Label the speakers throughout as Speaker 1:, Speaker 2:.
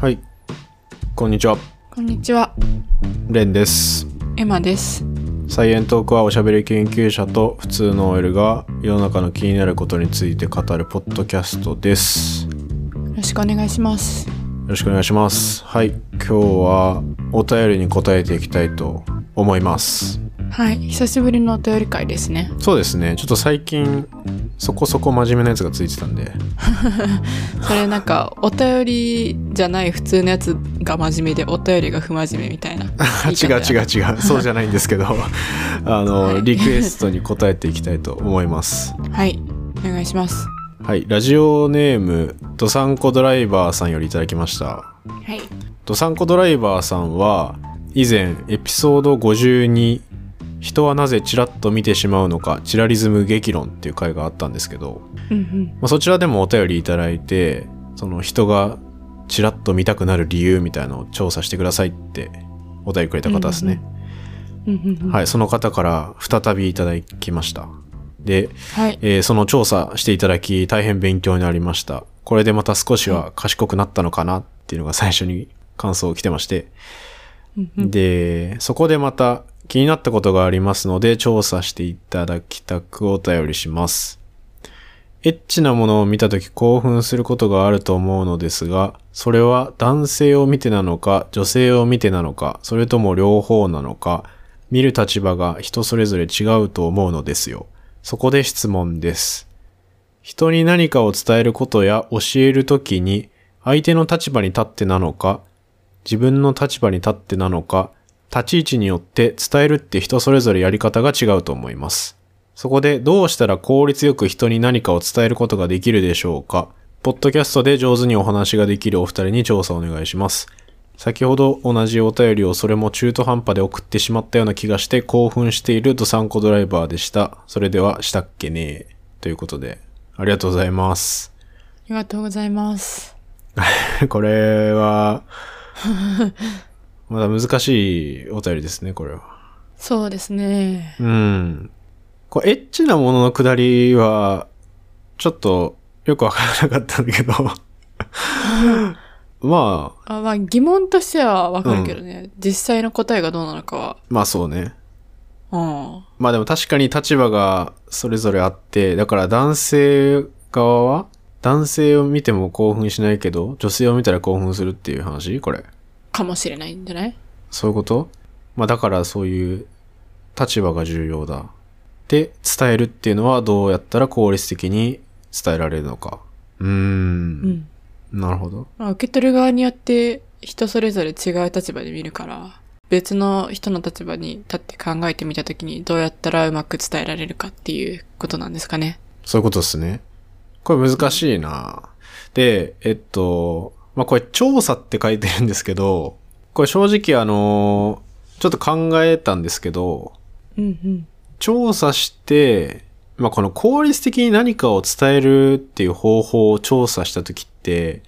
Speaker 1: はい。こんにちは。
Speaker 2: こんにちは、
Speaker 1: レンです。
Speaker 2: エマです。
Speaker 1: サイエントークはおしゃべり研究者と普通の OL が世の中の気になることについて語るポッドキャストです。よ
Speaker 2: よろしくお願いします。
Speaker 1: ろしくお願いします。はい。今日はお便りに答えていきたいと思います。
Speaker 2: はい、久しぶりのお便り会ですね。
Speaker 1: そうですね。ちょっと最近そこそこ真面目なやつがついてたんで。
Speaker 2: それなんか、お便りじゃない普通のやつが真面目で、お便りが不真面目みたいな。
Speaker 1: あ違う違
Speaker 2: う。
Speaker 1: う違う。そうじゃないんですけど、 あの、リクエストに答えていきたいと思います。
Speaker 2: はい、お願いします。
Speaker 1: はい、ラジオネームドサンコドライバーさんよりいただきました
Speaker 2: はい。
Speaker 1: ドサンコドライバーさんは以前エピソード52人はなぜチラッと見てしまうのかチラリズム激論っていう回があったんですけど、
Speaker 2: うんうん。
Speaker 1: まあ、そちらでもお便りいただいてその人がチラッと見たくなる理由みたいのを調査してくださいってお便りくれた方ですね、
Speaker 2: うんうんうん。
Speaker 1: はいその方から再びいただきましたで
Speaker 2: はい。
Speaker 1: えーその調査していただき大変勉強になりました。これでまた少しは賢くなったのかなっていうのが最初に感想来てまして。
Speaker 2: うんうん
Speaker 1: で、そこでまた気になったことがありますので調査していただきたくお便りします。エッチなものを見たとき興奮することがあると思うのですが、それは男性を見てなのか、女性を見てなのか、それとも両方なのか、見る立場が人それぞれ違うと思うのですよ。そこで質問です。人に何かを伝えることや教えるときに、相手の立場に立ってなのか、自分の立場に立ってなのか、立ち位置によって伝えるって人それぞれやり方が違うと思います。そこでどうしたら効率よく人に何かを伝えることができるでしょうかポッドキャストで上手にお話ができるお二人に調査お願いします。先ほど同じお便りをそれも中途半端で送ってしまったような気がして興奮しているドサンコドライバーでした。それではしたっけねということで、ありがとうございます。
Speaker 2: ありがとうございます。
Speaker 1: これは、 まだ難しいお便りですね、これは。
Speaker 2: そうですね。
Speaker 1: うん。こうエッチなもののくだりは、ちょっとよくわからなかったんだけど。 まあ、
Speaker 2: あまあ、疑問としてはわかるけどね、実際の答えがどうなのか
Speaker 1: まあそうね。
Speaker 2: は。
Speaker 1: まあでも確かに立場がそれぞれあって、だから男性側は男性を見ても興奮しないけど、女性を見たら興奮するっていう話これ。
Speaker 2: うん。かもしれないんじゃない
Speaker 1: そういうことまあだからそういう立場が重要だ。で、伝えるっていうのはどうやったら効率的に伝えられるのか。うー。
Speaker 2: うんん。
Speaker 1: なるほど。
Speaker 2: まあ、受け取る側によって人それぞれ違う立場で見るから、別の人の立場に立って考えてみたときにどうやったらうまく伝えられるかっていうことなんですかね。
Speaker 1: そういうことですね。これ難しいなで、えっと、まあ、これ調査って書いてるんですけど、これ正直あの、ちょっと考えたんですけど、
Speaker 2: うんうん。
Speaker 1: 調査して、まあ、この効率的に何かを伝えるっていう方法を調査した時って、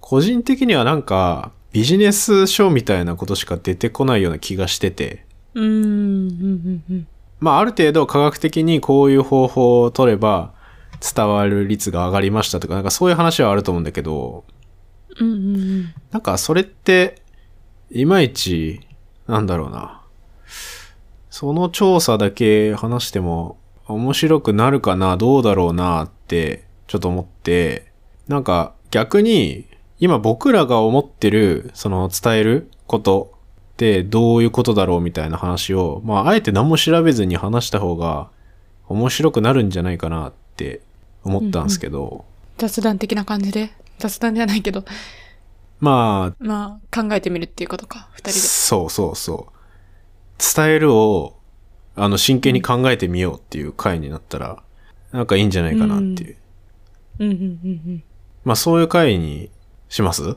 Speaker 1: 個人的にはなんかビジネス書みたいなことしか出てこないような気がしてて、
Speaker 2: うーん、うん、うん、うん。
Speaker 1: まあ、ある程度科学的にこういう方法を取れば伝わる率が上がりましたとか、なんかそういう話はあると思うんだけど、
Speaker 2: うん、うん
Speaker 1: なんかそれって、いまいち、なんだろうな。その調査だけ話しても面白くなるかな、どうだろうなってちょっと思って、なんか逆に今僕らが思ってる、その伝えることってどういうことだろうみたいな話を、まああえて何も調べずに話した方が面白くなるんじゃないかなって思ったんですけど、
Speaker 2: 雑談的な感じで。雑談じゃないけど、
Speaker 1: まあ
Speaker 2: まあ、考えてみるっていうことか、二人で。
Speaker 1: そうそうそう。伝えるを、あの、真剣に考えてみようっていう回になったら、なんかいいんじゃないかなっていう。
Speaker 2: うん、うん、うん、
Speaker 1: まあ、そういう回にします、
Speaker 2: う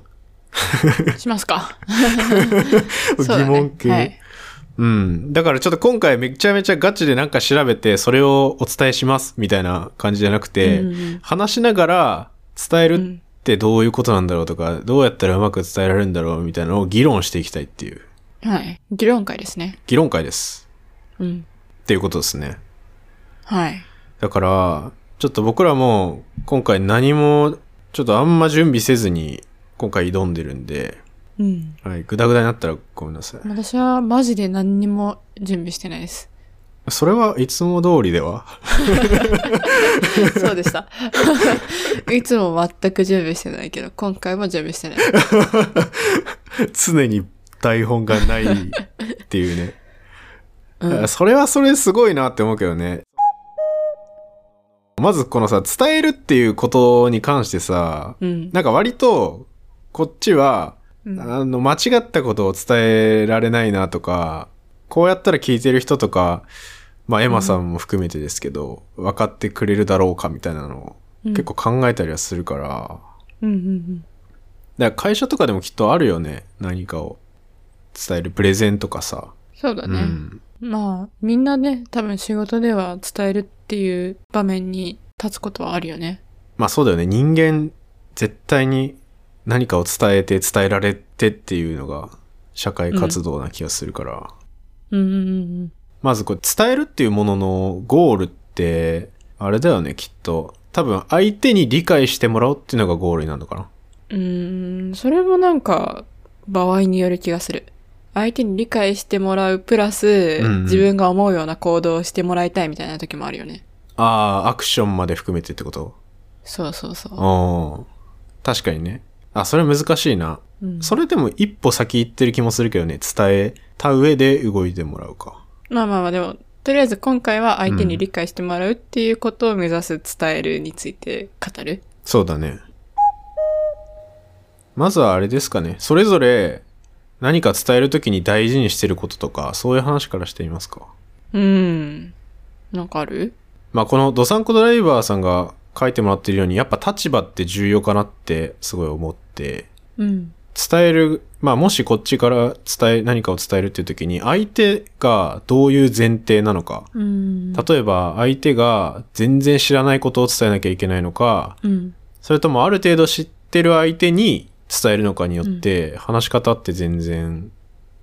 Speaker 2: ん。しま すか。そうだ
Speaker 1: 疑
Speaker 2: ね
Speaker 1: 問系、
Speaker 2: はい。
Speaker 1: うん。だからちょっと今回めちゃめちゃガチでなんか調べて、それをお伝えしますみたいな感じじゃなくて、
Speaker 2: うんうん
Speaker 1: 話しながら伝えるってどういうことなんだろうとか、どうやったらうまく伝えられるんだろうみたいなのを議論していきたいっていう、
Speaker 2: はい。議論会ですね。
Speaker 1: 議論会です。
Speaker 2: うん。
Speaker 1: っていうことですね。
Speaker 2: はい。
Speaker 1: だから、ちょっと僕らも今回何も、ちょっとあんま準備せずに、今回挑んでるんで、
Speaker 2: うん。
Speaker 1: はい、グダグダになったらごめんなさい。
Speaker 2: 私はマジで何にも準備してないです。
Speaker 1: それはいつも通りでは
Speaker 2: そうでした。 いつも全く準備してないけど、今回も準備してない。
Speaker 1: 常に台本がないっていうね。
Speaker 2: う
Speaker 1: だか
Speaker 2: ん
Speaker 1: ら。それはそれすごいなって思うけどね。まずこのさ、伝えるっていうことに関してさ、
Speaker 2: うん。
Speaker 1: なんか割と、こっちは、
Speaker 2: うん
Speaker 1: あの、間違ったことを伝えられないなとか、こうやったら聞いてる人とか、まあ、エマさんも含めてですけど、分かってくれるだろうかみたいなのを結構考えたりはするから、
Speaker 2: うんうんうん。
Speaker 1: だから会社とかでもきっとあるよね。何かを伝えるプレゼンとかさ。
Speaker 2: そうだ
Speaker 1: う
Speaker 2: ね。
Speaker 1: ん。
Speaker 2: まあ、みんなね、多分仕事では伝えるっていう場面に立つことはあるよね。
Speaker 1: まあそうだよね。人間、絶対に何かを伝えて伝えられてっていうのが社会活動な気がするから。
Speaker 2: うんうんうんうん。
Speaker 1: まずこれ伝えるっていうもののゴールって、あれだよね、きっと。多分相手に理解してもらうっていうのがゴールになるのかな。
Speaker 2: うーん、それもなんか、場合による気がする。相手に理解してもらうプラス、
Speaker 1: うんうん
Speaker 2: 自分が思うような行動をしてもらいたいみたいな時もあるよね。
Speaker 1: ああ、アクションまで含めてってこと
Speaker 2: そうそうそう。
Speaker 1: うん。確かにね。あ、それ難しいな。
Speaker 2: うん
Speaker 1: それでも一歩先行ってる気もするけどね、伝えた上で動いてもらうか。
Speaker 2: まあまあまあ、でも、とりあえず今回は相手に理解してもらうっていうことを目指す伝えるについて語る。
Speaker 1: そうだね。まずはあれですかね。それぞれ何か伝えるときに大事にしてることとか、そういう話からしてみますか。
Speaker 2: うん。なんかある
Speaker 1: まあこのドサンコドライバーさんが書いてもらってるようにやっぱ立場って重要かなってすごい思って
Speaker 2: うん。
Speaker 1: 伝えるまあもしこっちから伝え何かを伝えるっていう時に相手がどういう前提なのか
Speaker 2: うん。
Speaker 1: 例えば相手が全然知らないことを伝えなきゃいけないのか
Speaker 2: うん。
Speaker 1: それともある程度知ってる相手に伝えるのかによって話し方って全然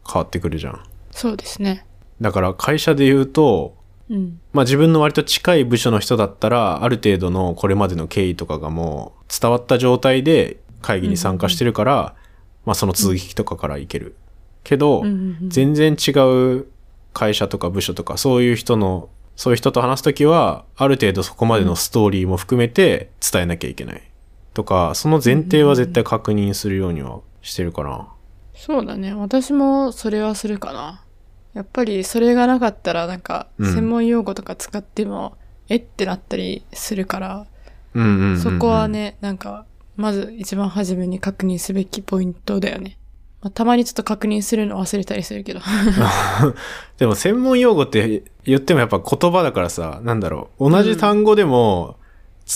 Speaker 1: 変わってくるじゃん
Speaker 2: そうですね。
Speaker 1: だから会社で言うと
Speaker 2: うん。
Speaker 1: まあ自分の割と近い部署の人だったら、ある程度のこれまでの経緯とかがもう伝わった状態で会議に参加してるから、まあその続きとかからいける。けど、
Speaker 2: うん
Speaker 1: 全然違う会社とか部署とかそういう人の、そういう人と話すときは、ある程度そこまでのストーリーも含めて伝えなきゃいけない。とか、その前提は絶対確認するようにはしてるかな。
Speaker 2: そうだね。私もそれはするかな。やっぱりそれがなかったらなんか
Speaker 1: うん
Speaker 2: 専門用語とか使っても、えってなったりするから、
Speaker 1: うんうんうんうん
Speaker 2: そこは。ね、なんかまず一番初めに確認すべきポイントだよね。まあ、たまにちょっと確認するの忘れたりするけど。
Speaker 1: でも専門用語って言ってもやっぱ言葉だからさ、なんだろう。同じ単語でも、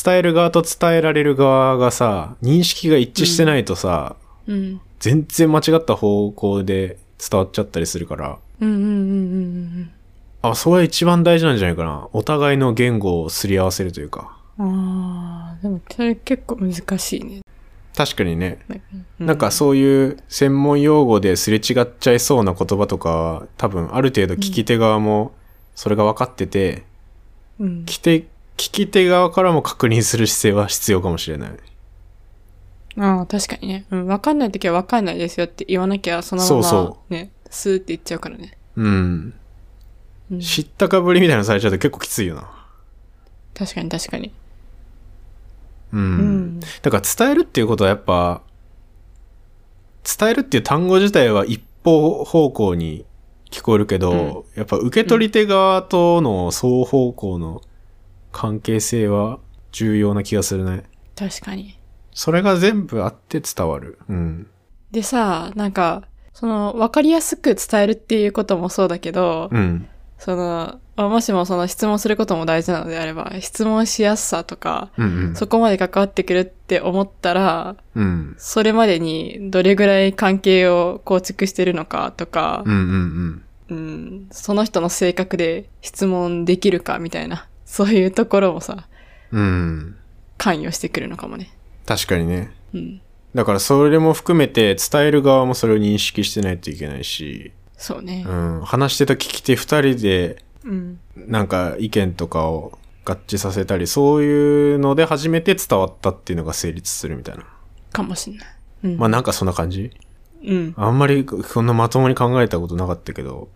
Speaker 1: 伝える側と伝えられる側がさ、認識が一致してないとさ、
Speaker 2: うん。
Speaker 1: 全然間違った方向で伝わっちゃったりするから、
Speaker 2: うんうんうんうん
Speaker 1: あ、それは一番大事なんじゃないかな。お互いの言語をすり合わせるというか。
Speaker 2: うんうん。ああ、でもそれ結構難しいね。
Speaker 1: 確かにね、
Speaker 2: う
Speaker 1: なんかそういう専門用語ですれ違っちゃいそうな言葉とかは、多分ある程度聞き手側もそれが分かってて、
Speaker 2: うん
Speaker 1: 聞き手、聞き手側からも確認する姿勢は必要かもしれない。
Speaker 2: ああ、確かにね。うん、わかんないときはわかんないですよって言わなきゃ、そのまま、ね、
Speaker 1: そうそ
Speaker 2: スーって言っちゃうからね。
Speaker 1: うん。
Speaker 2: うん、
Speaker 1: 知ったかぶりみたいなのされちゃうと結構きついよな。
Speaker 2: 確かに確かに。
Speaker 1: うん。
Speaker 2: うん。
Speaker 1: だから伝えるっていうことはやっぱ、伝えるっていう単語自体は一方方向に聞こえるけど、やっぱ受け取り手側との双方向の関係性は重要な気がするね。
Speaker 2: 確かに。
Speaker 1: それが全部あって伝わる。うん。
Speaker 2: でさ、なんか、その、わかりやすく伝えるっていうこともそうだけど、
Speaker 1: うん。
Speaker 2: その、まあもしもその質問することも大事なのであれば、質問しやすさとか、
Speaker 1: うんうん。
Speaker 2: そこまで関わってくるって思ったら、
Speaker 1: うん。
Speaker 2: それまでにどれぐらい関係を構築してるのかとか
Speaker 1: うんう、んうん。
Speaker 2: うん、その人の性格で質問できるかみたいな、 そういうところもさ、
Speaker 1: うん。
Speaker 2: 関与してくるのかもね。
Speaker 1: 確かにね。
Speaker 2: うん。
Speaker 1: だからそれも含めて伝える側もそれを認識してないといけないし、
Speaker 2: そうね
Speaker 1: う。ん、話してた聞き手二人で
Speaker 2: うん。
Speaker 1: なんか意見とかを合致させたり、そういうので初めて伝わったっていうのが成立するみたいな。
Speaker 2: かもしんない。うん。
Speaker 1: まあなんかそんな感じ
Speaker 2: うん。
Speaker 1: あんまりこんなまともに考えたことなかったけど。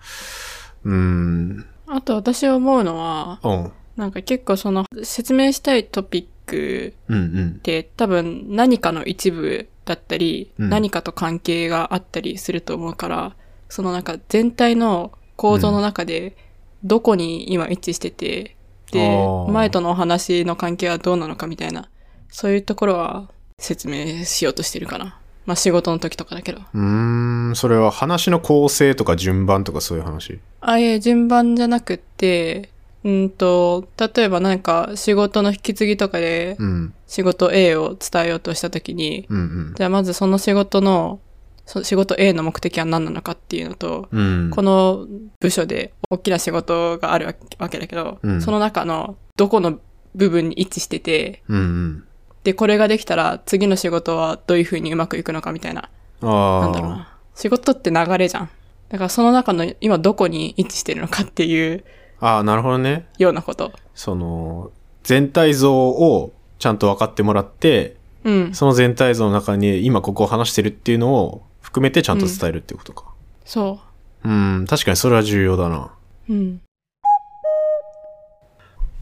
Speaker 1: うーん。
Speaker 2: あと私思うのは、
Speaker 1: うん。
Speaker 2: なんか結構その説明したいトピック
Speaker 1: うんうん
Speaker 2: っ。て多分何かの一部だったり、
Speaker 1: うん
Speaker 2: 何かと関係があったりすると思うから、そのなんか全体の構造の中でどこに今一致してて、
Speaker 1: あ
Speaker 2: で、
Speaker 1: ー
Speaker 2: 前とのお話の関係はどうなのかみたいな、そういうところは説明しようとしてるかな。まあ仕事の時とかだけど。
Speaker 1: うーん、それは話の構成とか順番とかそういう話。
Speaker 2: あ、いえ、順番じゃなくって、うんと、例えばなんか仕事の引き継ぎとかで
Speaker 1: うん。
Speaker 2: 仕事 A を伝えようとした時に、
Speaker 1: うん
Speaker 2: じゃあまずその仕事の、そ仕事 A の目的は何なのかっていうのと、
Speaker 1: うん。うん。
Speaker 2: この部署で大きな仕事があるわけわけだけど、
Speaker 1: うん
Speaker 2: その中のどこの部分に一致してて、
Speaker 1: うんうん。
Speaker 2: で、これができたら次の仕事はどういう風にうまくいくのかみたいな、
Speaker 1: ああ。
Speaker 2: なんだろうな。仕事って流れじゃん。だからその中の今どこに位置してるのかっていう
Speaker 1: ああ、なるほどね。
Speaker 2: ようなこと。
Speaker 1: その、全体像をちゃんと分かってもらって、
Speaker 2: うん。
Speaker 1: その全体像の中に今ここを話してるっていうのを含めてちゃんと伝えるっていうことか。
Speaker 2: そ
Speaker 1: うん、確かにそれは重要だな。
Speaker 2: う。うん。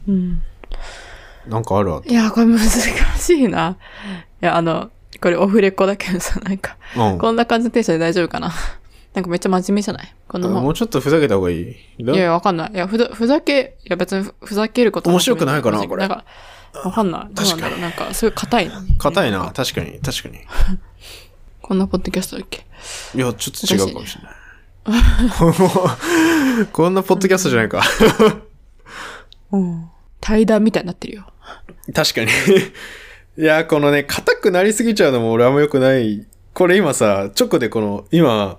Speaker 2: うん。
Speaker 1: なんかあるわ。
Speaker 2: いや、これ難しいな。いや、あの、これオフレコだけどさ、なんか、
Speaker 1: うん。
Speaker 2: こんな感じのテンションで大丈夫かな。 なんかめっちゃ真面目じゃないこの
Speaker 1: も
Speaker 2: 本。
Speaker 1: うちょっとふざけた方がいい。だ
Speaker 2: いやいや、わかんない。いや、ふざふざけ、いや別にふふざけること
Speaker 1: 面白くないかな
Speaker 2: 真面目
Speaker 1: これ
Speaker 2: なんか、わかんない。どうなんだろう。なんか、すごい硬いな。
Speaker 1: 硬い
Speaker 2: ん
Speaker 1: な。
Speaker 2: か。
Speaker 1: 確かに、確かに。
Speaker 2: こんなポッドキャストだっけ
Speaker 1: いや、ちょっと違うかもしれない。 こんなポッドキャストじゃないか。
Speaker 2: うん。対談みたいになってるよ。
Speaker 1: 確かに。 いや、このね、硬くなりすぎちゃうのも俺はも良くない。これ今さ、直でこの、今、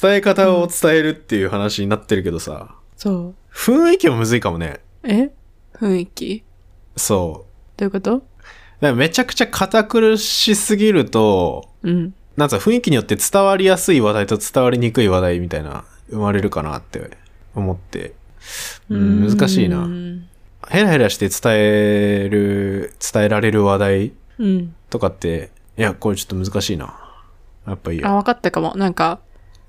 Speaker 1: 伝え方を伝えるっていう話になってるけどさ、
Speaker 2: そう。
Speaker 1: 雰囲気もむずいかもね。
Speaker 2: え雰囲気
Speaker 1: そう。
Speaker 2: どういうこと
Speaker 1: だからめちゃくちゃ堅苦しすぎると、
Speaker 2: うん。
Speaker 1: なんか雰囲気によって伝わりやすい話題と伝わりにくい話題みたいな、生まれるかなって思って。うん、難しいうな。
Speaker 2: ん。
Speaker 1: ヘラヘラして伝える、伝えられる話題
Speaker 2: うん。
Speaker 1: とかって、いや、これちょっと難しいな。やっぱいい
Speaker 2: あ、
Speaker 1: や。
Speaker 2: わかったかも。なんか、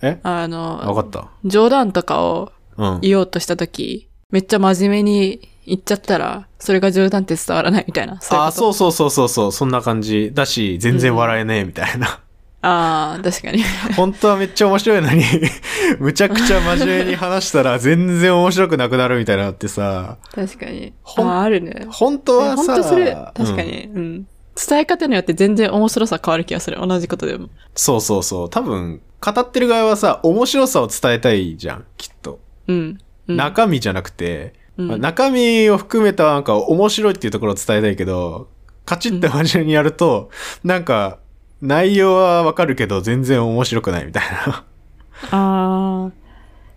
Speaker 1: え
Speaker 2: あ
Speaker 1: わ
Speaker 2: の、
Speaker 1: かった。
Speaker 2: 冗談とかを
Speaker 1: うん。
Speaker 2: 言おうとしたとき、めっちゃ真面目に言っちゃったら、それが冗談って伝わらないみたいな。
Speaker 1: あ、そう
Speaker 2: いうこと
Speaker 1: うそうそうそうそう、そんな感じ。だし、全然笑えねえ、みたい な。
Speaker 2: ああ、確かに。
Speaker 1: 本当はめっちゃ面白いのに、 むちゃくちゃ真面目に話したら全然面白くなくなるみたいなのってさ、
Speaker 2: 確かに。あ
Speaker 1: ほん
Speaker 2: ーあるね。
Speaker 1: 本当はさ、
Speaker 2: 本当それ、確か
Speaker 1: うん
Speaker 2: に、うん。伝え方によって全然面白さ変わる気がする。同じことでも。
Speaker 1: そうそうそう。多分、語ってる側はさ、面白さを伝えたいじゃん、きっと。
Speaker 2: うん。うん、
Speaker 1: 中身じゃなくて、
Speaker 2: うん
Speaker 1: まあ中身を含めたなんか面白いっていうところを伝えたいけど、カチッて真面目にやると、なんか、内容はわかるけど全然面白くないみたい な。
Speaker 2: ああ。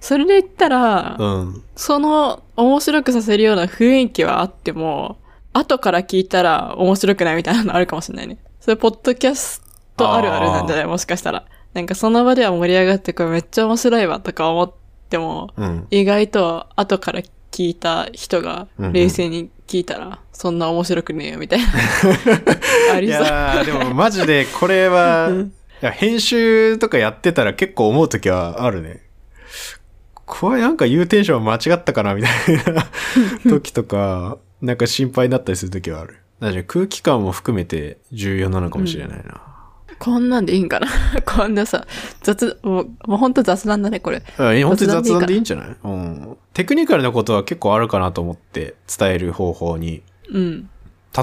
Speaker 2: それで言ったら、
Speaker 1: うん。
Speaker 2: その面白くさせるような雰囲気はあっても、後から聞いたら面白くないみたいなのあるかもしれないね。それ、ポッドキャストあるあるなんじゃないもしかしたら。なんかその場では盛り上がって、これめっちゃ面白いわとか思っても、
Speaker 1: うん。
Speaker 2: 意外と後から聞いた人が
Speaker 1: うんうん
Speaker 2: 冷静に聞いたら、そんな面白くねえよみ たいな。あ
Speaker 1: い
Speaker 2: りそう。
Speaker 1: やーでもマジでこれは、
Speaker 2: うん
Speaker 1: いや編集とかやってたら結構思うときはあるね。これなんか言うテンション間違ったかなみたいな 時とか、なんか心配になったりするときはある。だから空気感も含めて重要なのかもしれないな。
Speaker 2: こんなんでいいんかなこんなさ、雑、もう、もうほんと雑談だね、これ。
Speaker 1: うん、え本当に
Speaker 2: 雑
Speaker 1: 雑
Speaker 2: 談
Speaker 1: 談
Speaker 2: で
Speaker 1: でい
Speaker 2: いい
Speaker 1: いんじゃないうん。テクニカルなことは結構あるかなと思って伝える方法に。
Speaker 2: うん。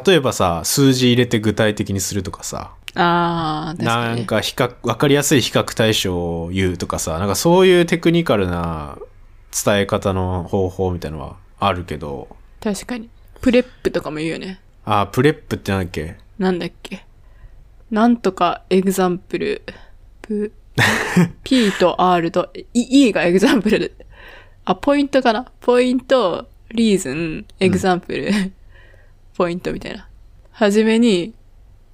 Speaker 1: 例えばさ、数字入れて具体的にするとかさ。
Speaker 2: ああ、確か
Speaker 1: な
Speaker 2: に。
Speaker 1: んか比較、わかりやすい比較対象を言うとかさ、なんかそういうテクニカルな伝え方の方法みたいのはあるけど、
Speaker 2: 確かに。プレップとかも言うよね。
Speaker 1: あ、プレップってなんだっけ
Speaker 2: なんだっけ。なんとかエグザンプル。 プ P と R と E E がエグザンプル。あ、ポイントかな。ポイント、リーズン、エグザンプル、 ポイントみたいな。はじめに、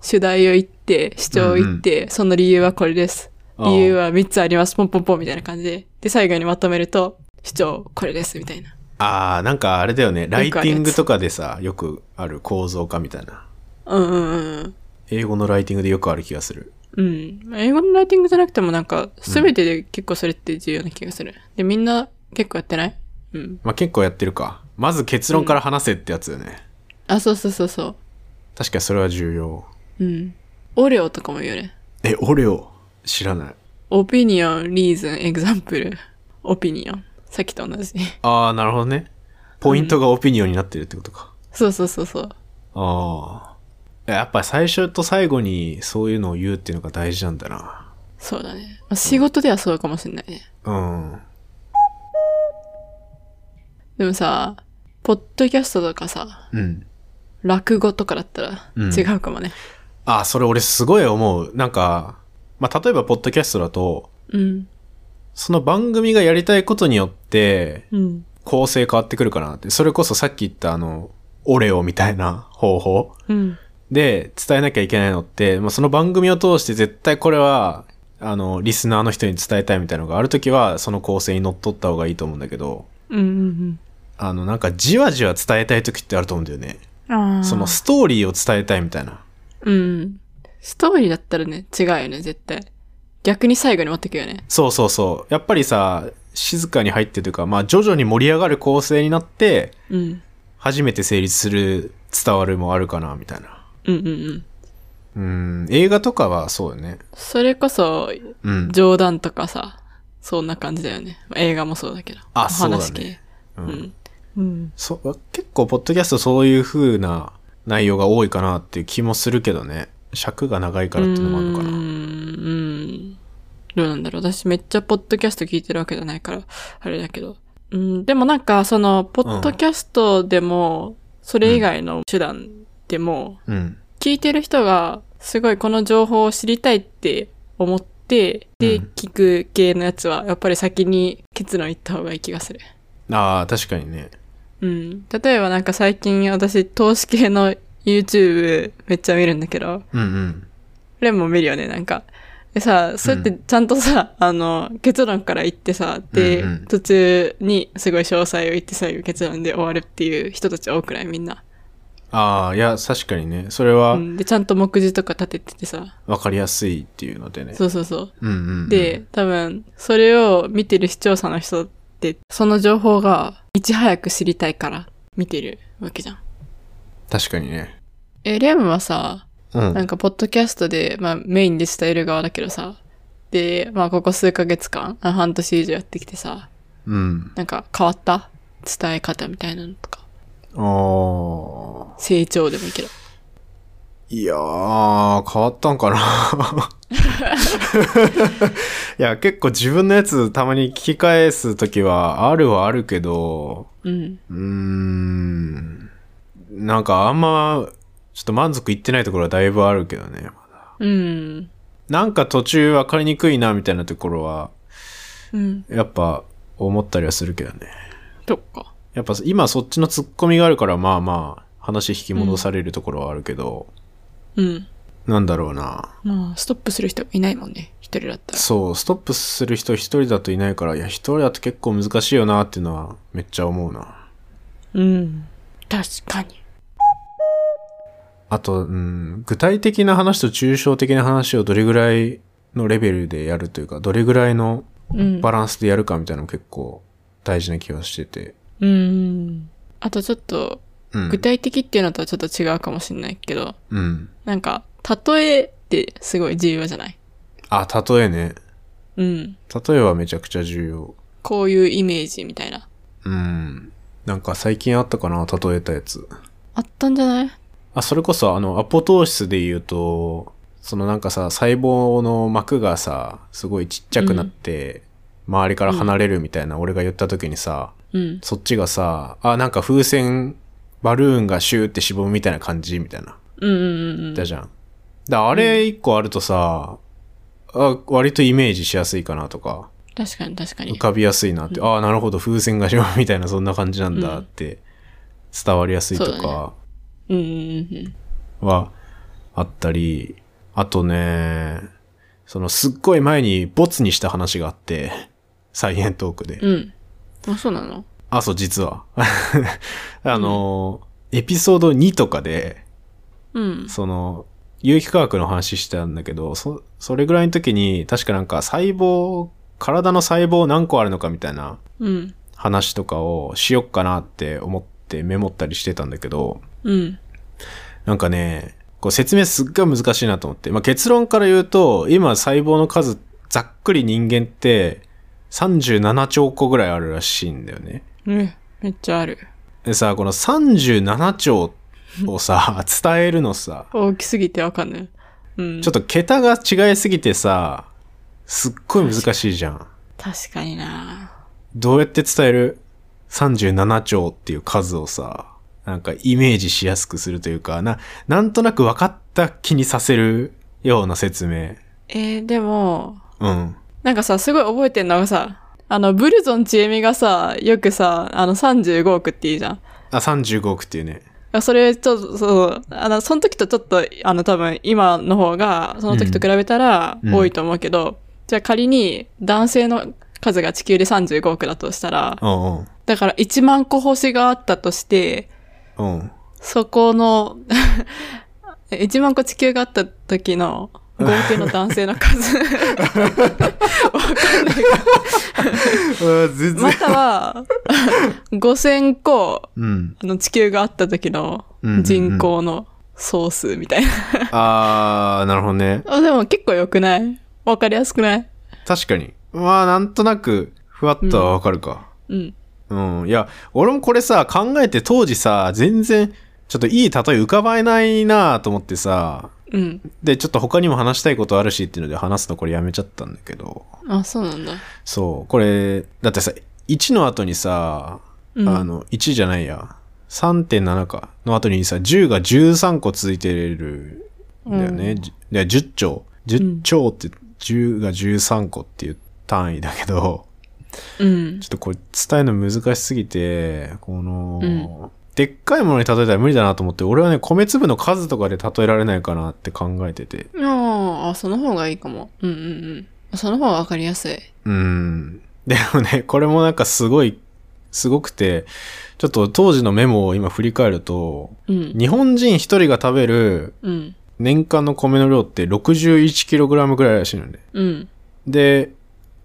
Speaker 2: 主題を言って、主張を言って、その理由はこれです。
Speaker 1: ああ
Speaker 2: 理由は3つあります。ポンポンポンみたいな感じで。で、最後にまとめると、主張これです、みたいな。
Speaker 1: あー、なんかあれだよね、ライティン
Speaker 2: よくあるや
Speaker 1: グ
Speaker 2: つ
Speaker 1: とかでさ、よくある構造化みたいな。
Speaker 2: うんうんうんうん。
Speaker 1: 英語のライティングでよくある気がする。
Speaker 2: うん。英語のライティングじゃなくてもなんか、すべてで結構それって重要な気がする。で、みんな結構やってないうん。
Speaker 1: まあ結構やってるか。まず結論から話せってやつだよね。
Speaker 2: あ、そうそうそうそ
Speaker 1: 確かにそれは重要。
Speaker 2: う。うん。オレオとかも言うよね。
Speaker 1: え、オレオ知らない。
Speaker 2: オピニオン、リーズン、エグザンプル。オピニオン。さっきと同じ。
Speaker 1: ああ、なるほどね。ポイントがオピニオンになってるってことか。
Speaker 2: そうそうそうそう。
Speaker 1: ああ。やっぱ最初と最後にそういうのを言うっていうのが大事なんだな。
Speaker 2: そうだね。まあ、仕事ではそうかもしれないね。
Speaker 1: うん。
Speaker 2: でもさ、ポッドキャストとかさ、
Speaker 1: うん。
Speaker 2: 落語とかだったら
Speaker 1: うん
Speaker 2: 違うかもね。
Speaker 1: ああ、それ俺すごい思う。なんか、まあ、例えばポッドキャストだと、
Speaker 2: うん。
Speaker 1: その番組がやりたいことによって、
Speaker 2: うん。
Speaker 1: 構成変わってくるかなって。それこそさっき言ったあの、オレオみたいな方法
Speaker 2: うん。
Speaker 1: で伝えなきゃいけないのって、まあ、その番組を通して絶対これは、あの、リスナーの人に伝えたいみたいなのがあるときは、その構成にのっとった方がいいと思うんだけど、
Speaker 2: うんうん
Speaker 1: あの、なんかじわじわ伝えたいときってあると思うんだよね。
Speaker 2: うん。ああ。
Speaker 1: そのストーリーを伝えたいみたいな。
Speaker 2: うん。ストーリーだったらね、違うよね、絶対。逆に最後に持ってくよね。
Speaker 1: そうそうそう。やっぱりさ、静かに入ってというか、まあ徐々に盛り上がる構成になって、
Speaker 2: うん。
Speaker 1: 初めて成立する伝わるもあるかな、みたいな。
Speaker 2: うんうんうん。
Speaker 1: うん、映画とかはそうよね。
Speaker 2: それこそ、
Speaker 1: うん。
Speaker 2: 冗談とかさ、そんな感じだよね。まあ映画もそうだけど。
Speaker 1: あ
Speaker 2: お話
Speaker 1: そうだねう、
Speaker 2: 系。うんん。うん。
Speaker 1: そう結構、ポッドキャストそういう風な内容が多いかなっていう気もするけどね。尺が長いからっていうのもあるのか
Speaker 2: うー
Speaker 1: な。
Speaker 2: んうんどうなんだろう。私めっちゃポッドキャスト聞いてるわけじゃないから、あれだけど。うん、でもなんか、その、ポッドキャストでも、それ以外の手段でも、
Speaker 1: うん。
Speaker 2: 聞いてる人が、すごいこの情報を知りたいって思って、で、
Speaker 1: うん
Speaker 2: 聞く系のやつは、やっぱり先に結論言った方がいい気がする。
Speaker 1: ああ、確かにね。
Speaker 2: うん。例えばなんか最近私、投資系の YouTube めっちゃ見るんだけど、
Speaker 1: うんうん。
Speaker 2: レンも見るよね、なんか。でさ、そうやってちゃんとさ、あの、結論から言ってさ、で、
Speaker 1: うんうん
Speaker 2: 途中にすごい詳細を言って最後結論で終わるっていう人たち多くないみんな。
Speaker 1: ああ、いや、確かにね。それは
Speaker 2: うん、で、ちゃんと目次とか立てててさ、
Speaker 1: 分かりやすいっていうのでね。
Speaker 2: そうそうそう。
Speaker 1: うんうんうん。
Speaker 2: で、多分、それを見てる視聴者の人って、その情報がいち早く知りたいから見てるわけじゃん。
Speaker 1: 確かにね。
Speaker 2: え、レムはさ、
Speaker 1: うん
Speaker 2: なんか、ポッドキャストで、まあ、メインで伝える側だけどさ、で、まあ、ここ数ヶ月間、あ半年以上やってきてさ、
Speaker 1: うん。
Speaker 2: なんか変わった伝え方みたいなのとか。
Speaker 1: ああ。
Speaker 2: 成長でもいいけど。
Speaker 1: いやー、変わったん かないや、結構自分のやつたまに聞き返すときはあるはあるけど、
Speaker 2: うん。
Speaker 1: うーん。なんかあんま、ちょっと満足いってないところはだいぶあるけどね。
Speaker 2: うん。
Speaker 1: なんか途中分かりにくいなみたいなところは、
Speaker 2: うん。
Speaker 1: やっぱ思ったりはするけどね。
Speaker 2: そっか。
Speaker 1: やっぱ今そっちのツッコミがあるからまあまあ話引き戻されるところはあるけど、
Speaker 2: うん。
Speaker 1: なんだろうな。
Speaker 2: まあ、ストップする人いないもんね。一人だったら。
Speaker 1: そう、ストップする人一人だといないから、いや一人だと結構難しいよなっていうのはめっちゃ思うな。
Speaker 2: うん。確かに。
Speaker 1: あと、うん、具体的な話と抽象的な話をどれぐらいのレベルでやるというか、どれぐらいの
Speaker 2: うん。
Speaker 1: バランスでやるかみたいなのも結構大事な気がしてて。
Speaker 2: うん。あとちょっと、
Speaker 1: うん。
Speaker 2: 具体的っていうのとはちょっと違うかもしれないけど、
Speaker 1: うん。
Speaker 2: なんか、例えってすごい重要じゃない
Speaker 1: あ、例えね。
Speaker 2: うん。
Speaker 1: 例えはめちゃくちゃ重要。
Speaker 2: こういうイメージみたいな。
Speaker 1: うん。なんか最近あったかな、例えたやつ。
Speaker 2: あったんじゃない
Speaker 1: あ、それこそあの、アポトーシスで言うと、そのなんかさ、細胞の膜がさ、すごいちっちゃくなって、周りから離れるみたいな、俺が言った時にさ、
Speaker 2: うん。
Speaker 1: そっちがさ、あ、なんか風船、バルーンがシューってしぼむみたいな感じみたいな。
Speaker 2: うんうんうんうん。
Speaker 1: だじゃん。だあれ一個あるとさ、あ、割とイメージしやすいかなとか、
Speaker 2: 確かに確か
Speaker 1: 浮
Speaker 2: に。
Speaker 1: かびやすいなって、ああ、なるほど、風船がしぼむみたいな、そんな感じなんだって、伝わりやすいと
Speaker 2: そうだ
Speaker 1: か
Speaker 2: うんうんうんうん。
Speaker 1: はあったり、あとね、そのすっごい前にボツにした話があって、サイエントークで。
Speaker 2: うん。あ、そうなの
Speaker 1: あ、そう、実は。あの、エピソード2とかで、
Speaker 2: うん。
Speaker 1: その、有機化学の話してたんだけど、そ、それぐらいの時に、確かなんか細胞、体の細胞何個あるのかみたいな
Speaker 2: うん。
Speaker 1: 話とかをしよっかなって思ってメモったりしてたんだけど、
Speaker 2: うん。
Speaker 1: なんかね、こう説明すっごい難しいなと思って。まあ、結論から言うと、今細胞の数、ざっくり人間って37兆個ぐらいあるらしいんだよね。
Speaker 2: え、めっちゃある。
Speaker 1: でさ、この37兆をさ、 伝えるのさ、
Speaker 2: 大きすぎてわかんない。うん。
Speaker 1: ちょっと桁が違いすぎてさ、すっごい難しいじゃん。
Speaker 2: 確かにな
Speaker 1: どうやって伝える37兆っていう数をさ、なんかイメージしやすくするというか、な、なんとなく分かった気にさせるような説明。
Speaker 2: えー、でも、
Speaker 1: うん。
Speaker 2: なんかさ、すごい覚えてんのがさ、あの、ブルゾンちえみがさ、よくさ、あの、35億っていいじゃん。
Speaker 1: あ、35億っていうね。
Speaker 2: あそれ、ちょっと、そう、あの、その時とちょっと、あの、多分、今の方が、その時と比べたら、
Speaker 1: うん
Speaker 2: 多いと思うけど、じゃあ仮に、男性の数が地球で35億だとしたら、
Speaker 1: うんうん。
Speaker 2: だから1万個星があったとして、
Speaker 1: うん。
Speaker 2: そこの、1万個地球があった時の、合計の男性の数。わ かんないけど
Speaker 1: 全
Speaker 2: ま。たは、5000個、
Speaker 1: うん。
Speaker 2: あの、地球があった時の人口の総数みたいな。
Speaker 1: あ ー、なるほどね。
Speaker 2: あ、でも結構良くないわかりやすくない
Speaker 1: 確かに。まあ、なんとなく、ふわっとはわかるか。
Speaker 2: うん。
Speaker 1: うん。いや、俺もこれさ、考えて当時さ、全然、ちょっといい例え浮かばえないなと思ってさ、
Speaker 2: うん。
Speaker 1: で、ちょっと他にも話したいことあるしっていうので話すのこれやめちゃったんだけど。
Speaker 2: あ、そうなんだ。
Speaker 1: そう、これ、だってさ、1の後にさ、
Speaker 2: うん
Speaker 1: あの、1じゃないや、3.7か、の後にさ、10が13個続いてるんだよね。じで10兆。10兆って10が13個っていう単位だけど、
Speaker 2: うん
Speaker 1: ちょ。っとこれ伝えるの難しすぎて、この、
Speaker 2: うん
Speaker 1: でっかいものに例えたら無理だなと思って、俺はね、米粒の数とかで例えられないかなって考えてて。
Speaker 2: ああ、その方がいいかも。うんうんうん。その方がわかりやすい。
Speaker 1: うん。でもね、 これもなんかすごい、すごくて、ちょっと当時のメモを今振り返ると、
Speaker 2: うん。
Speaker 1: 日本人一人が食べる
Speaker 2: うん。
Speaker 1: 年間の米の量って 61kg ぐらいらしいのね。
Speaker 2: うん。
Speaker 1: で、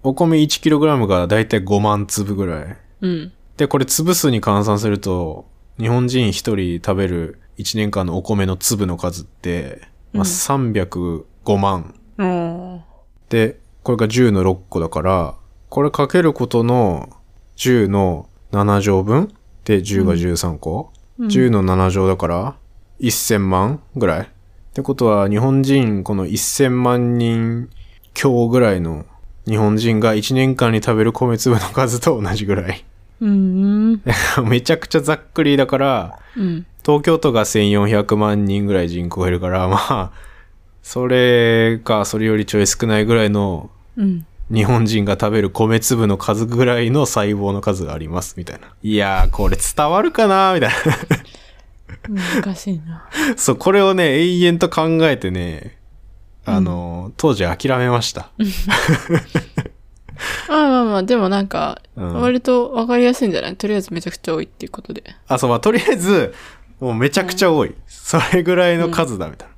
Speaker 1: お米 1kg がだいたい5万粒ぐらい。
Speaker 2: うん。
Speaker 1: で、これ粒数に換算すると、日本人一人食べる1年間のお米の粒の数って、まあ、
Speaker 2: うん
Speaker 1: 305万。
Speaker 2: あ
Speaker 1: で、これが10の6個だから、これかけることの10の7乗分で10が13個、
Speaker 2: うん
Speaker 1: 10の7乗だから1000万ぐらいってことは日本人この1000万人強ぐらいの日本人が1年間に食べる米粒の数と同じぐらい。
Speaker 2: あ。うん。
Speaker 1: めちゃくちゃざっくりだから、
Speaker 2: うん。
Speaker 1: 東京都が1400万人ぐらい人口がいるから、 まあ、それか、それよりちょい少ないぐらいの
Speaker 2: うん。
Speaker 1: 日本人が食べる米粒の数ぐらいの細胞の数があります、みたいな。いやー、これ伝わるかなみたい
Speaker 2: 難しいな。
Speaker 1: な。 そう、これをね、永遠と考えてね、あのー、当時諦めました。
Speaker 2: まあまあまあ、でもなんか、
Speaker 1: うん
Speaker 2: 割とわかりやすいんじゃないとりあえずめちゃくちゃ多いっていうことで。
Speaker 1: あ、そう、まあ、とりあえず、もうめちゃくちゃ多い。それぐらいの数だ、みたい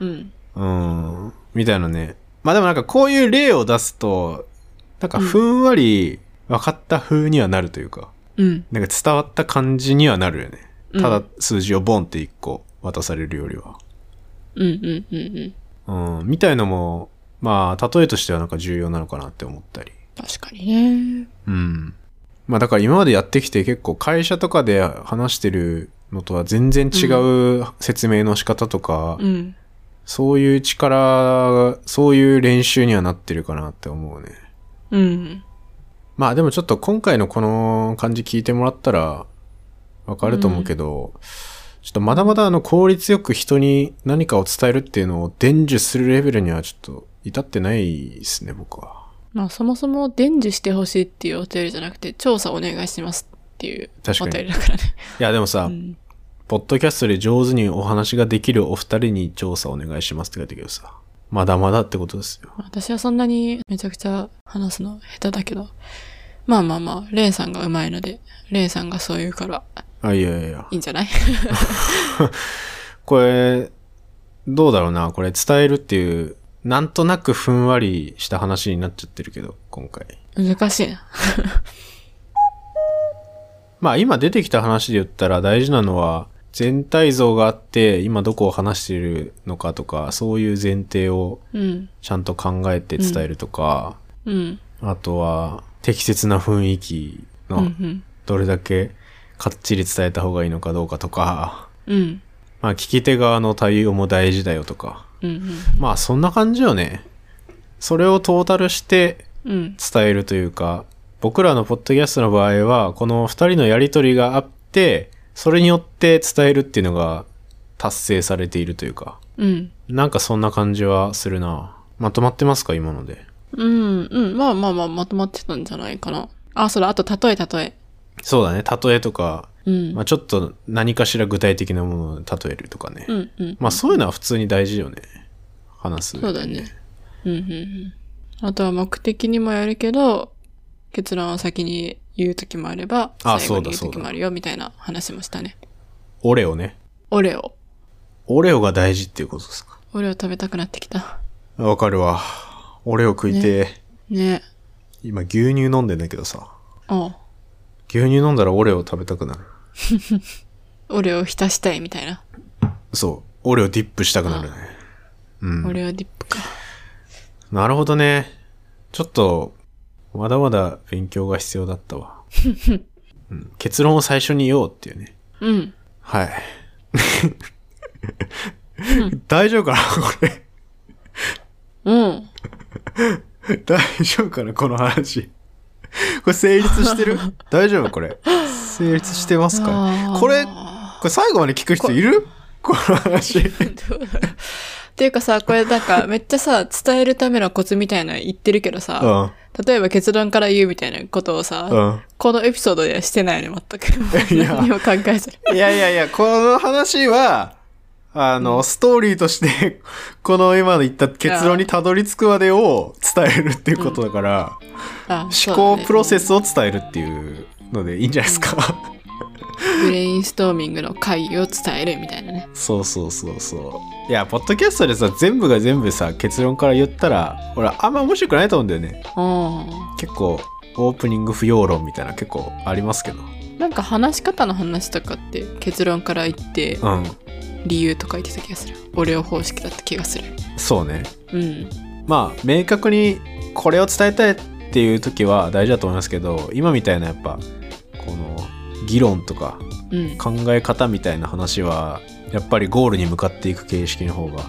Speaker 2: うん。
Speaker 1: な。うん、みたいなね。まあでもなんかこういう例を出すと、なんかふんわり分かった風にはなるというか、
Speaker 2: うん。
Speaker 1: なんか伝わった感じにはなるよね。
Speaker 2: うん
Speaker 1: ただ数字をボンって一個渡されるよりは。
Speaker 2: うんうんうんうん。
Speaker 1: うん、みたいのも、まあ、例えとしてはなんか重要なのかなって思ったり。
Speaker 2: 確かにね。
Speaker 1: うん。まあ、だから今までやってきて結構会社とかで話してるのとは全然違う説明の仕方とか、
Speaker 2: うん。
Speaker 1: そういう力、そういう練習にはなってるかなって思うね。
Speaker 2: うん。
Speaker 1: まあでもちょっと今回のこの感じ聞いてもらったらわかると思うけど、ちょっとまだまだあの効率よく人に何かを伝えるっていうのを伝授するレベルにはちょっと至ってないですね、僕は。
Speaker 2: まあそもそも伝授してほしいっていうお便りじゃなくて、調査お願いしますっていう
Speaker 1: 確か
Speaker 2: お
Speaker 1: に
Speaker 2: 便りだからね。
Speaker 1: いやでもさ、
Speaker 2: うん
Speaker 1: ポッドキャストで上手にお話ができるお二人に調査お願いしますって書いてあるけどさ、まだまだってことですよ。
Speaker 2: 私はそんなにめちゃくちゃ話すの下手だけど、まあまあまあ、レイさんが上手いので、レイさんがそう言うから
Speaker 1: あ、いやいやいや
Speaker 2: い。いんじゃない
Speaker 1: これ、どうだろうな、これ伝えるっていう、なんとなくふんわりした話になっちゃってるけど、今回。
Speaker 2: 難しいな。
Speaker 1: まあ今出てきた話で言ったら大事なのは全体像があって今どこを話しているのかとかそういう前提を
Speaker 2: うん。
Speaker 1: ちゃんと考えて伝えるとか、
Speaker 2: うん。
Speaker 1: あとは適切な雰囲気
Speaker 2: うんう
Speaker 1: の
Speaker 2: ん。
Speaker 1: どれだけかっちり伝えた方がいいのかどうかとか、
Speaker 2: うん。
Speaker 1: まあ聞き手側の対応も大事だよとか
Speaker 2: うん。
Speaker 1: まあそんな感じよね。それをトータルして
Speaker 2: うん。
Speaker 1: 伝えるというか僕らのポッドキャストの場合はこの2人のやり取りがあってそれによって伝えるっていうのが達成されているというか
Speaker 2: うん。
Speaker 1: なんかそんな感じはするなまとまってますか今ので
Speaker 2: うん。うん。まあまあまあ、まとまってたんじゃないかな。あ、それ、あと、例え例
Speaker 1: そうだね例えとか、
Speaker 2: え。うん。
Speaker 1: まあ、ちょっと何かしら具体的なものを例えるとかね、
Speaker 2: うん。うん。
Speaker 1: まあそういうのは普通に大事よね話す
Speaker 2: そうだね。うんうんうん。あとは目的にもよるけど、結論を先に言うときもあれば、
Speaker 1: あ
Speaker 2: 最後に言う
Speaker 1: そうだ
Speaker 2: ときもあるよ、みたいな話もしたね。
Speaker 1: オレオね
Speaker 2: オレオ。
Speaker 1: オレオが大事っていうことですか
Speaker 2: オレオ食べたくなってきた。
Speaker 1: わかるわオレオ食いて、
Speaker 2: ね。
Speaker 1: 今牛乳飲んでんだけどさ
Speaker 2: おう
Speaker 1: 牛乳飲んだらオレオ食べたくなる
Speaker 2: オレオ浸したいみたいな。
Speaker 1: そう。オレオディップしたくなるね。
Speaker 2: オレオディップか。
Speaker 1: なるほどね。ちょっと、まだまだ勉強が必要だった わ。うん、結論を最初に言おうっていうね。
Speaker 2: うん。
Speaker 1: はい。 大丈夫かなこ
Speaker 2: うん。
Speaker 1: れ。 大丈夫かなこの話。これ成立して る大丈夫これ。成立してます
Speaker 2: あ
Speaker 1: か
Speaker 2: ー
Speaker 1: これ、これ最後まで聞く人いるこの 話。
Speaker 2: どうだろうっていうかさ、これなんかめっちゃさ、伝えるためのコツみたいなの言ってるけど
Speaker 1: う
Speaker 2: さ、
Speaker 1: ん。
Speaker 2: 例えば結論から言うみたいなことをさ、
Speaker 1: うん。
Speaker 2: このエピソードではしてないよね、
Speaker 1: い
Speaker 2: 全く。
Speaker 1: や
Speaker 2: 何も考えずに。
Speaker 1: いやいやいや、この話は、あの、ストーリーとして、 この今の言った結論にたどり着くまでを伝えるっていうことだから、
Speaker 2: あそうだね
Speaker 1: 思考プロセスを伝えるっていうのでいいんじゃないですか。
Speaker 2: ブレインストーミングの会議を伝えるみたいなね。
Speaker 1: そうそうそうそう。いや、ポッドキャストでさ、全部が全部さ、結論から言ったら、俺、あんま面白くないと思うんだよね。
Speaker 2: う
Speaker 1: 結構、オープニング不要論みたいな結構ありますけど。
Speaker 2: ん。なんか話し方の話とかって結論から言って
Speaker 1: うん。
Speaker 2: 理由とか言ってた気がする。俺を方式だった気がする。
Speaker 1: そうね。
Speaker 2: うん。
Speaker 1: まあ明確にこれを伝えたいっていう時は大事だと思いますけど今みたいなやっぱこの議論とか
Speaker 2: うん。
Speaker 1: 考え方みたいな話はやっぱりゴールに向かっていく形式の方が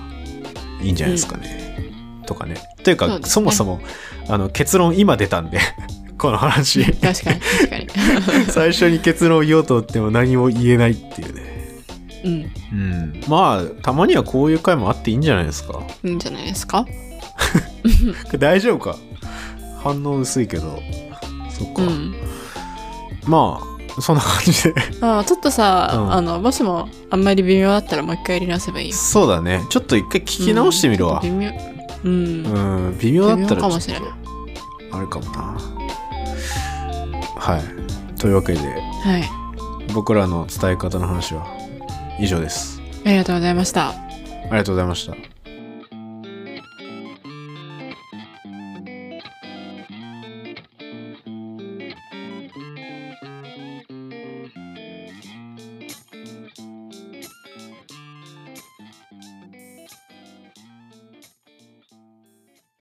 Speaker 1: いいんじゃないですかね。とかね。というか
Speaker 2: そ
Speaker 1: そう
Speaker 2: ですね
Speaker 1: もそもあの結論今出たんでこの話
Speaker 2: 確かに、確かに。
Speaker 1: 最初に結論を言おうと思っても何も言えないっていうね。
Speaker 2: うん。
Speaker 1: うん、まあたまにはこういう回もあっていいんじゃないですか。
Speaker 2: いいんじゃないですか
Speaker 1: これ大丈夫か反応薄いけどそっ
Speaker 2: う
Speaker 1: か、
Speaker 2: ん。
Speaker 1: まあそんな感じで
Speaker 2: まあちょっとさ、
Speaker 1: うん
Speaker 2: あの、もしもあんまり微妙だったらもう一回やり直せばいいよ。
Speaker 1: そうだねちょっと一回聞き直してみるわ
Speaker 2: うんちょっと微妙。うん。
Speaker 1: うん、微妙だったら
Speaker 2: 微妙かもしれ
Speaker 1: ちょ
Speaker 2: ない
Speaker 1: っとあれかもなはいというわけで
Speaker 2: はい。
Speaker 1: 僕らの伝え方の話は以上です
Speaker 2: ありがとうございました。
Speaker 1: ありがとうございました